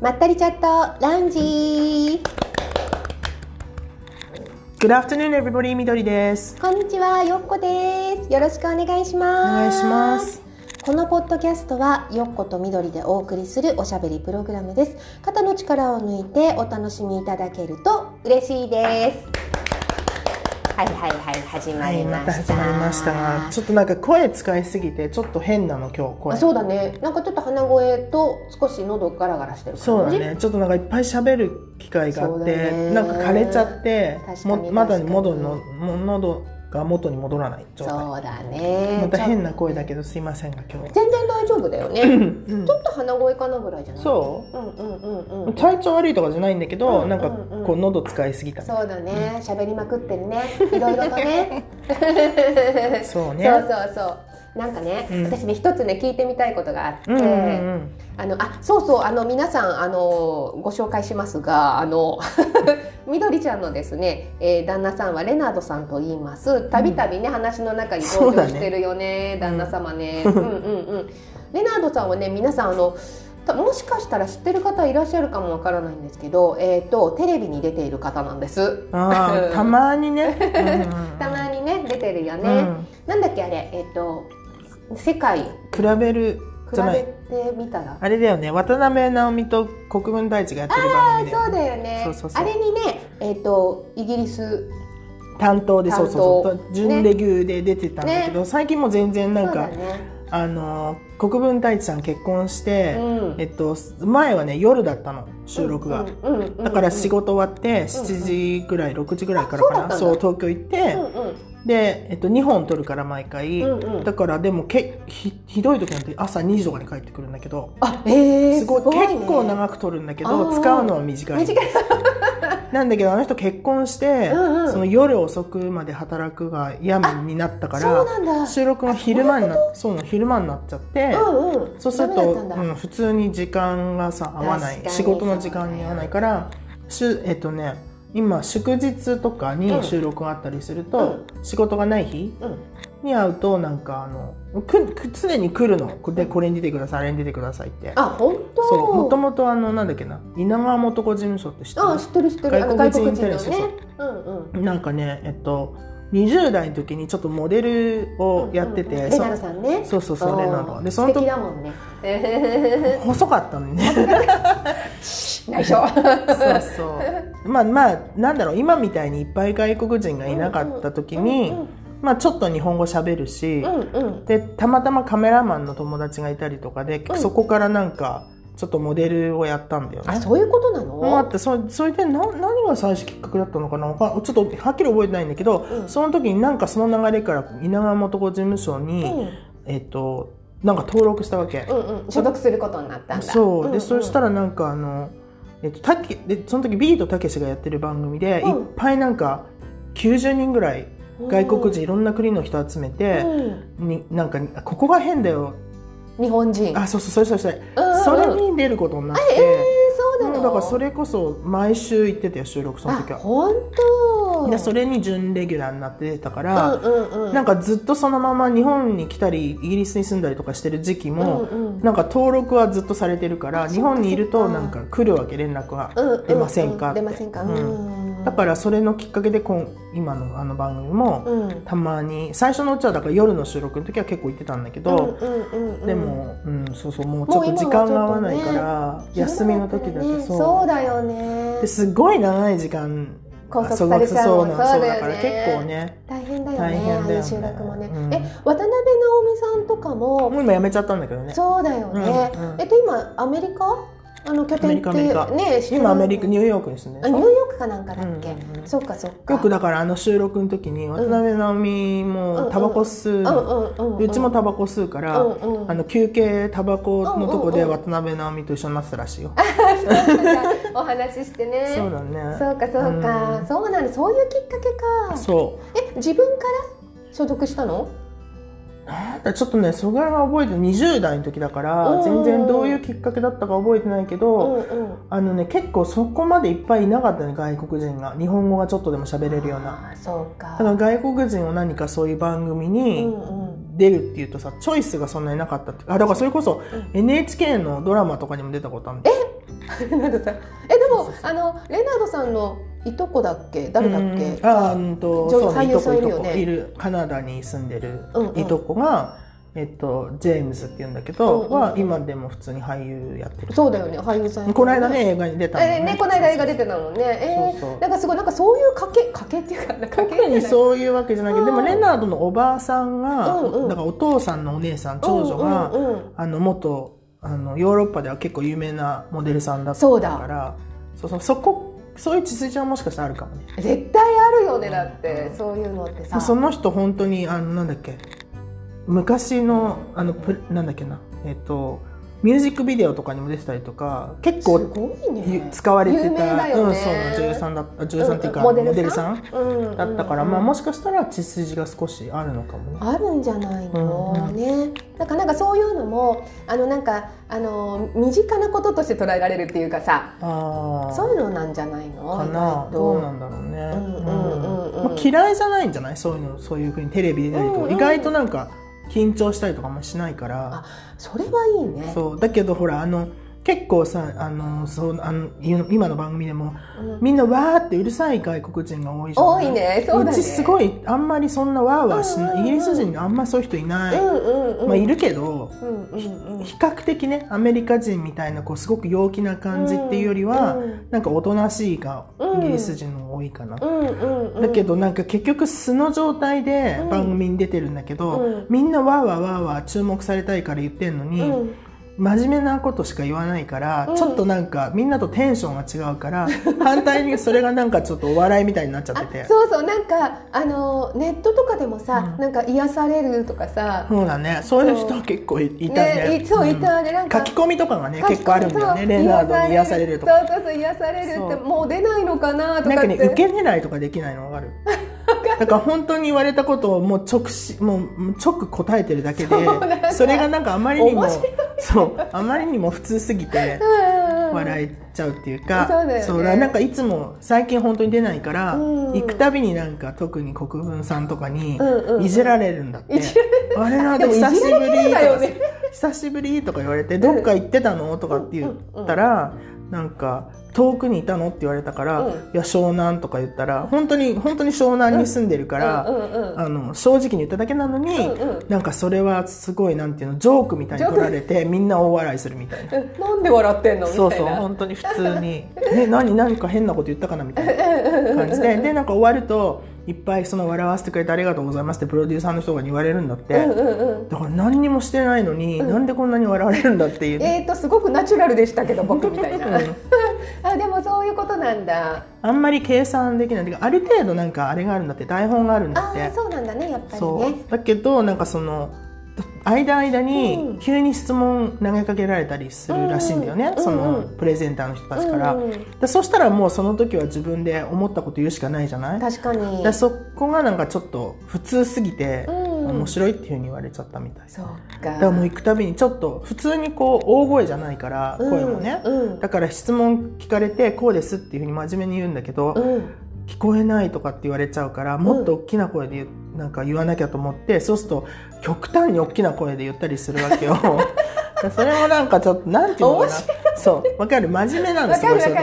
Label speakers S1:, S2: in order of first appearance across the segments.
S1: まったりチャットラウンジ
S2: Good afternoon, everybody. みどりです。
S1: こんにちはよっこですよろしくお願いし
S2: お
S1: ま
S2: 願い
S1: す
S2: します。
S1: このポッドキャストはよっことみどりでお送りするおしゃべりプログラムです肩の力を抜いてお楽しみいただけると嬉しいですはいはいはい始ま
S2: はい、
S1: り
S2: ま
S1: ま
S2: た
S1: し
S2: 始
S1: た、
S2: まりました。ちょっとなんか声使いすぎて、ちょっと変なの、今日
S1: あ
S2: 声。
S1: そうだねなんかちょっと鼻声と少し喉ガラガラしてる感じ
S2: そうだね。ちょっとなんかいっぱい喋る機会があ
S1: そう
S2: っ
S1: だ
S2: て、
S1: ね
S2: なんか枯れちゃって
S1: 確、かに
S2: もまだ
S1: 確かに
S2: 元の、も喉が元に戻らない状態。
S1: そうだね
S2: また変な
S1: ち
S2: 声
S1: ょ
S2: だけど、すいませんが、今日。
S1: 全然大丈夫だよね
S2: うん
S1: ちょっと鼻声かなぐらいじゃない
S2: そ
S1: うんうんうんう。
S2: うん体調悪いとかじゃないんだけ
S1: う
S2: ど、
S1: ん
S2: なんか
S1: うんうん
S2: こう喉使いすぎた。
S1: そうだね、喋りまくってる ね、いろいろとね。
S2: そうね。
S1: そうそうそう。なんかね、
S2: うん
S1: 私ね一つね聞いてみたいことがあって、
S2: うんうんうん。
S1: あのあそうそうあの皆さんあのご紹介しますがあの みどりちゃんのですね、えー旦那さんはレナードさんと言います。たびたびね話の中に
S2: そ
S1: 登
S2: うだ
S1: 場
S2: ね
S1: してるよね旦那様ね。うんうんうん。レナードさんはね皆さんあのたもしかしたら知ってる方いらっしゃるかもわからないんですけど、えっ、とテレビに出ている方なんです。
S2: ああ、たま にね。
S1: たまにね出てるよ
S2: に
S1: ね、なんだっけあれえっ、と世界比
S2: 比べるじゃな
S1: べ
S2: い
S1: てみたら
S2: あれだよね渡辺直美と国分太一がやってる番
S1: あ
S2: 組で
S1: そうだよね
S2: そうそうそう
S1: あれにねえっ、とイギリス
S2: 担当で
S1: 担
S2: そ
S1: 当
S2: うそうそう準レギュで出てたんだけど、最近もう全然なん
S1: そうだ
S2: か、
S1: ね
S2: あのー国分太一さん結婚して、
S1: うん
S2: えっと、前はね夜だったの収録が、
S1: うんうんうんうん
S2: だから仕事終わって7時ぐらい、6時ぐらいからかな
S1: あそ
S2: そうう
S1: だ
S2: 東京行って、
S1: うんうん
S2: で、えっと、2本撮るから毎回、
S1: うんうん
S2: だからでもけひひどい時なんて朝2時とかに帰ってくるんだけど
S1: あえー、
S2: すごい
S1: ね
S2: 結構長く撮るんだけ
S1: あ
S2: ど
S1: ー
S2: 使うのは短い
S1: 短い
S2: なんだけどあの人結婚して、
S1: うんうん
S2: その夜遅くまで働くが病になったか
S1: そう
S2: ら
S1: なんだ
S2: 収録が昼間になそうなの昼間になっちゃって、
S1: うんうん
S2: そうする
S1: ダメ
S2: と、
S1: だったんだ
S2: うん、普通に時間がさ合わない
S1: 確かに
S2: 仕事の時間に合わないからしゅえっとね今祝日とか
S1: うん
S2: に収録があったりすると、仕事がない日
S1: うん
S2: に会うとなんかあのくく常に来るのでこれに出てくださいあれに出てくださいって
S1: あ本当
S2: そうもともとあのなんだっけな稲川元子事務所って知ってる
S1: あ知ってる知ってるあの外
S2: 外
S1: 国
S2: 国
S1: 人
S2: 人
S1: のね
S2: テレビそうそう
S1: うんうん
S2: なんかね、えっと、20代の時にちょっとモデルをやってて、
S1: うんうんうんレ
S2: そ
S1: ナルさんね
S2: そうそうそうレナのでそ
S1: 素
S2: の
S1: 敵
S2: 時
S1: だもんね。え
S2: 細かったの ね
S1: ー 内緒。
S2: そう そうまあまあなんだろう今みたいにいっぱい外国人がいなかった時に、まあ、ちょっと日本語喋るし、
S1: うんうん。
S2: でたまたまカメラマンの友達がいたりとかで、
S1: うん
S2: そこからなんかちょっとモデルをやったんだよ
S1: あ、
S2: ね。
S1: そういうことな
S2: もあっ
S1: の？
S2: てそそれでな何が最初きっかけだったのかなわかちょっとはっきり覚えてないんだけど、
S1: うん
S2: その時になんかその流れから稲川元子事務所に、
S1: うん
S2: えっとなんか登録したわけ、
S1: うんうん。所属することになったんだ。
S2: そうで、
S1: んん
S2: そしたらなんかあの、えっと、たけでその時ビートたけしがやってる番組で、
S1: うん
S2: いっぱいなんか90人ぐらい外国人いろんな国の人集めて、
S1: うん
S2: になんかここが変だよ
S1: 日本人。
S2: あそうそうそれそれそれ、
S1: うんうんうん
S2: それに出ることになって、
S1: ええー、そうな
S2: う
S1: の？
S2: んだからそれこそ毎週行ってたよ収録その
S1: あ
S2: 時、は。
S1: 本当。
S2: でそれに準レギュラーになってたか
S1: う
S2: ら、
S1: んうんうん。
S2: なんかずっとそのまま日本に来たりイギリスに住んだりとかしてる時期も、
S1: うんうん
S2: なんか登録はずっとされてるから
S1: あ
S2: 日本にいる
S1: そっ
S2: と
S1: かそ
S2: な
S1: っ
S2: ん
S1: か
S2: か来るわけ連絡が、
S1: うんうんうん
S2: 出ませんかって
S1: 出ませんか。
S2: うん
S1: うん
S2: だからそれのきっかけでこん今のあの番組も
S1: うん。
S2: たまに最初のうちはだから夜の収録の時は結構行ってたんだけど、
S1: うんうんうんうん
S2: で。も、うん、そうそうもうちょっと時間が合わないから、休みの時だ
S1: 昼間
S2: と
S1: だったらね
S2: そう
S1: そうだよね
S2: で。すごい長い時間
S1: 拘束されちゃう
S2: そうなの
S1: そう
S2: そ
S1: だ
S2: う
S1: よね
S2: だから結構ね
S1: 大変だよね。
S2: 大変だよ
S1: あ
S2: ね
S1: の収録もね。
S2: うん
S1: え、渡辺直美さんとかも
S2: もう今やめちゃったんだけどね
S1: そうだよね。
S2: うんうん
S1: えっと今アメリカあの拠点って
S2: アメリカアメリ
S1: ね
S2: 今アメリカ
S1: ニュ
S2: ニューヨークですね
S1: あニューヨークかなんかだっけ。
S2: うんうん
S1: そっかそっか。
S2: よくだからあの収録の時に渡辺直美もタバコ吸う
S1: うん
S2: の
S1: うんうんうん。
S2: うちもタバコ吸うから、
S1: うんうん
S2: あの休憩タバコのとこ
S1: う
S2: で
S1: んうん
S2: 渡辺直美と一緒になってたらしいよ、
S1: お話ししてね。
S2: そうだね
S1: そうかそうか。
S2: うん
S1: そうなんだ。そういうきっかけか。
S2: そ
S1: え自分から所属したの？
S2: うなんだちょっとねそれは覚えて20代の時だか
S1: うんう
S2: ら
S1: ん
S2: 全然どういうきっかけだったか覚えてないけ
S1: う
S2: ど、
S1: んうん。
S2: あのね結構そこまでいっぱいいなかったね外国人が日本語がちょっとでも喋れるような
S1: あそうか。
S2: だから外国人を何かそういう番組
S1: う
S2: に、
S1: んうん。
S2: 出るっていうとさチョイスがそんなになかったってあだからそれこそ
S1: うん
S2: NHK のドラマとかにも出たことあるんだよ
S1: レナードさんえでも
S2: そうそう
S1: あのレナードさんのいとこだっけ誰だっけ
S2: うんあーうんと
S1: 女優
S2: そうね
S1: 俳
S2: い
S1: 優
S2: と
S1: さん
S2: こ
S1: い
S2: い
S1: る
S2: と
S1: よ
S2: こ
S1: ね
S2: いるカナダに住んでる
S1: うんうん
S2: いとこが、えっと、ジェームズっていうんだけど、
S1: うんうん
S2: は今でも普通に俳優やってる
S1: そうだよね俳優さん
S2: この間ね映画に出たの
S1: えーねこの間映画出てたもんねえー
S2: そうそう
S1: なんかすごいなんかそういう賭け賭けっていうかなんか賭け
S2: 特にそういうわけじゃないけど、
S1: うん
S2: でもレナードのおばあさんが、
S1: うんうん
S2: だからお父さんのお姉さん長女が、
S1: うんうんうん
S2: あの元あのヨーロッパでは結構有名なモデルさんだった
S1: そう
S2: か
S1: だ
S2: らそうそうそこそういう血筋はもしかしたらあるかもね
S1: 絶対あるよねだってそういうのってさ
S2: その人本当にあのなんだっけ昔のあのプなんだっけなえっとミュージックビデオとかにも出てたりとか結
S1: す
S2: 構
S1: ごいね
S2: 使われて
S1: 有名だ
S2: た、
S1: よね
S2: うん、そうな女優さんだった女優さんっていうか、
S1: うんうん
S2: モデルさん
S1: うん
S2: だったから、
S1: うん
S2: まあ、もしかしたら血筋が少しあるのかもね。
S1: あるんじゃないの、
S2: うん
S1: ね。だからなんかそういうのもあのなんかあの身近なこととして捉えられるっていうかさ、
S2: ああ
S1: そういうのなんじゃないの？
S2: かなどうなんだろうね、
S1: うんうんうんうん
S2: まあ、嫌いじゃないんじゃないそういうのそういうふうにテレビ出たりとか、
S1: うんうん
S2: 意外となんか緊張したりとかもしないから
S1: それはいいね。
S2: そうだけどほらあの結構さあのそうあのゆ今の番組でも
S1: うん
S2: みんなわーってうるさい外国人が多いじゃん
S1: 多いね。そうだね。
S2: うちすごいあんまりそんなわーわーし
S1: うん
S2: ない、
S1: うんうん
S2: イギリス人にあんまりそういう人いない、
S1: うんうんうん。
S2: まあ、いるけど
S1: うんうんうん。
S2: 比較的ねアメリカ人みたいなこうすごく陽気な感じっていうよりは、
S1: うん
S2: なんかおとなしいが
S1: うん
S2: イギリス人の方が多いかな、
S1: うんうんうん。
S2: だけどなんか結局素の状態で番組に出てるんだけど、
S1: うん
S2: みんなわーわーわーわー注目されたいから言ってんのに、
S1: うん
S2: 真面目なことしか言わないから、
S1: うん
S2: ちょっとなんかみんなとテンションが違うから 反対にそれがなんかちょっとお笑いみたいになっちゃって
S1: あ
S2: てそ
S1: そうそうなんかあのネットとかでもさ、
S2: うん
S1: なんか癒されるとかさ、
S2: うだねそういう人結構いいたね
S1: いそういたね、なん
S2: 書
S1: か
S2: き込みとかがね結構あるんだよね
S1: そう
S2: レナードに癒されるとか。
S1: そうそうそう癒されるって
S2: そう
S1: もう出ないのかなとか
S2: なんか
S1: って
S2: ね受け狙いとかできないのわかるだから本当に言われたことをもう直しもう直答えてるだけで
S1: そうなんだ
S2: それがなんかあまりにも
S1: 面白
S2: そうあまりにも普通すぎて笑
S1: い
S2: えちゃうっていうか
S1: そうだよね
S2: だなんかいつも最近本当に出ないから、
S1: うん
S2: 行くたびになんか特に国分さんとかに
S1: うんうんうん
S2: いじられるんだって、
S1: いじら
S2: あれな
S1: で
S2: で
S1: も
S2: も
S1: いじら
S2: 久しぶ
S1: れてる
S2: りと
S1: だよ
S2: か、
S1: ね
S2: 久しぶりとか言われてどっか行ってたのとかって言ったら、なんか遠くにいたのって言われたから、
S1: うん
S2: いや湘南とか言ったら本当に本当に湘南に住んでるから、
S1: うんうんうん
S2: あの正直に言っただけなのに、
S1: うんうん
S2: なんかそれはすごいなんていうのジョークみたいに取られてみんな大笑いするみたいな。
S1: うんなんで笑ってんのみたいな
S2: そうそう本当に普通に「ね何何か変なこと言ったかな」みたいな感じででなんか終わるといっぱいその笑わせてくれてありがとうございますってプロデューサーの人が言われるんだって、
S1: うんうんうん
S2: だから何にもしてないのに、なんでこんなに笑われるんだっていう、
S1: えーとすごくナチュラルでしたけど僕みたいな
S2: うん
S1: あでもそういうことなんだ
S2: あんまり計算できないてかある程度なんかあれがあるんだって台本があるんだ
S1: あ
S2: って
S1: ーそうなんだねやっぱり
S2: そう
S1: ね
S2: だけどなんかその間間
S1: う
S2: に
S1: ん
S2: 急に質問投げかけられたりするらしいんだよね、
S1: うん
S2: そ
S1: うん
S2: の
S1: う
S2: プレゼンターの人たちから、
S1: うんうん
S2: でそしたらもうその時は自分で思ったこと言うしかないじゃない
S1: 確かに
S2: でそこがなんかちょっと普通すぎて、
S1: うん
S2: 面白いっていうふうに言われちゃったみたい
S1: そう
S2: だから
S1: か
S2: もう行くたびにちょっと普通にこう大声じゃないから
S1: うん
S2: 声もね、
S1: うん
S2: だから質問聞かれてこうですっていうふうに真面目に言うんだけど、
S1: うん
S2: 聞こえないとかって言われちゃうからもっと大きな声で言,、なんか言わなきゃと思ってそうすると極端に大きな声で言ったりするわけよ それもなんかちょっとなんていうのか
S1: 面
S2: なそうわかる真面目なの
S1: わ
S2: す
S1: か
S2: ごい
S1: る
S2: そうい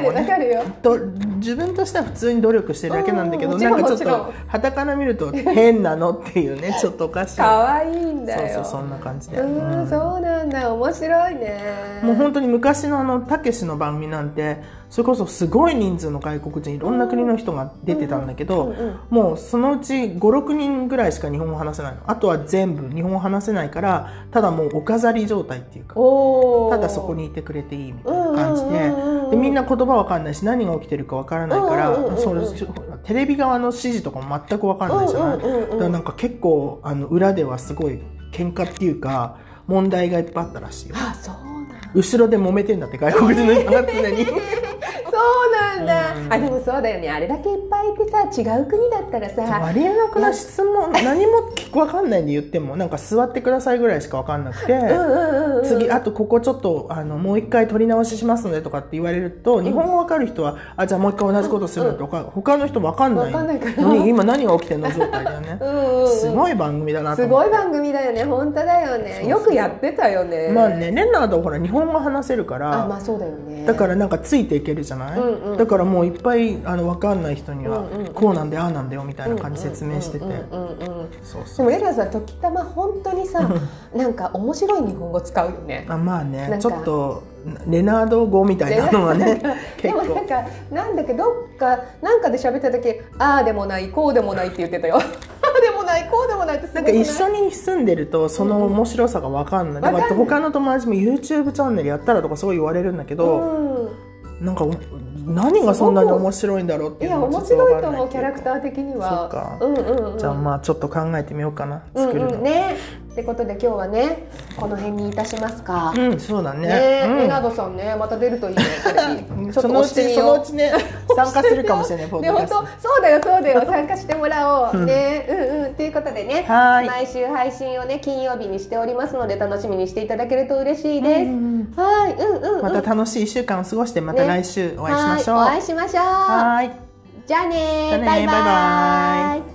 S1: わ
S2: う
S1: か
S2: と
S1: る
S2: こ
S1: わ
S2: ね
S1: かるよ
S2: と自分としては普通に努力してるだけなんだけ
S1: う
S2: ど
S1: んもち
S2: な
S1: ろん
S2: んかちょっ
S1: も
S2: と
S1: ち
S2: はたから見ると変なのっていうねちょっとおかしいそ
S1: 可愛いんだ
S2: うそ
S1: よ
S2: うそんな感じで、
S1: うん
S2: うん
S1: そうなんだ面白いね
S2: もう本当に昔のあのたけしの番組なんてそれこそすごい人数の外国人いろんな国の人が出てたんだけど、
S1: うんうん
S2: もうそのうち56人ぐらいしか日本語話せないのあとは全部日本語話せないからただもうお飾り状態っていうか
S1: おー
S2: ただそこにいてくれていいみたいな感じで,、
S1: うんうんうんうん
S2: でみんな言葉わかんないし何が起きてるかわからないから、
S1: うんうんうんうん
S2: そのテレビ側の指示とかも全くわかんないじゃない、
S1: うんうんうんうん
S2: だからなんか結構あの裏ではすごい喧嘩っていうか問題がいっぱいあったらしいよ
S1: あそうなんだ
S2: 後ろで揉めてんだって外国人の人が常に
S1: そうななんだ、
S2: うん
S1: あでもそうだよねあれだけいっぱいいてさ違う国だったらさ
S2: ありえなくない質 問何も聞くわかんないんで言ってもなんか座ってくださいぐらいしかわかんなくて、
S1: うんうんうんうん
S2: 次あとここちょっとあのもう一回取り直ししますのでとかって言われると、日本語わかる人はあじゃあもう一回同じことするとか、他の人わかんない
S1: わかんないから
S2: のに今何が起きてんの状態だよね
S1: う んうんうん
S2: すごい番組だなと
S1: す
S2: 思っ
S1: ご
S2: て
S1: い番組だよね本当だよね
S2: そうそう
S1: よくやってたよね
S2: まあねレナードはほら日本語話せるから
S1: あまあそうだよね
S2: だからなんかついていけるじゃない、
S1: うんうん
S2: だからもういっぱいあの分かんない人には、
S1: うんうん
S2: こうなんでああなんだよみたいな感じ説明してて、
S1: うんうんうんうん
S2: そうそう
S1: でもレナさん時たま本当にさなんか面白い日本語使うよね
S2: あまあね
S1: なん
S2: ち
S1: か
S2: ょっとレナード語みたいなのはね
S1: で
S2: 結
S1: もな
S2: 構
S1: んかなんだっけどっかなんかで喋った時ああでもないこうでもないって言ってたよああでもないこうでもないってすご
S2: なん
S1: く
S2: か
S1: い
S2: 一緒に住んでるとその面白さが分かんない、だか
S1: わ
S2: ら
S1: かんない
S2: 他の友達も YouTube チャンネルやったらとかすごい言われるんだけど、
S1: う
S2: なんかお何がそんなに面白いんだろうっ
S1: ん、
S2: て
S1: い
S2: いう
S1: や
S2: のが
S1: 面
S2: ちょっ
S1: 白いと
S2: 分かんな
S1: 思うキャラクター的に
S2: そう
S1: は
S2: か
S1: うんうんうん
S2: じゃあまあちょっと考えてみようかな
S1: うん
S2: 作るの、
S1: うんねってことで今日はねこの辺にいたしますか、
S2: うんそうだ
S1: ね
S2: ね
S1: え、
S2: うん
S1: レナードさんねまた出るといいねテレビちょっ
S2: そ
S1: と
S2: のう
S1: 押して
S2: ち
S1: み
S2: その
S1: よ
S2: うちね参加するかもし れないポ
S1: う
S2: ッ
S1: ね
S2: ドキャ
S1: 本
S2: スト
S1: 当そうだよそうだよ 参加してもらおう、
S2: うん
S1: ねうんうんということでね
S2: はーい
S1: 毎週配信をね金曜日にしておりますので楽しみにしていただけると嬉しいです、
S2: うんうんうん
S1: はいうんうんうん
S2: また楽しい一週間を過ごしてまた来週お会いしましょう、
S1: はいお会いしましょう
S2: はーい
S1: じゃあね
S2: じゃあね
S1: バイバ
S2: バイ
S1: バ
S2: バ
S1: イバーイ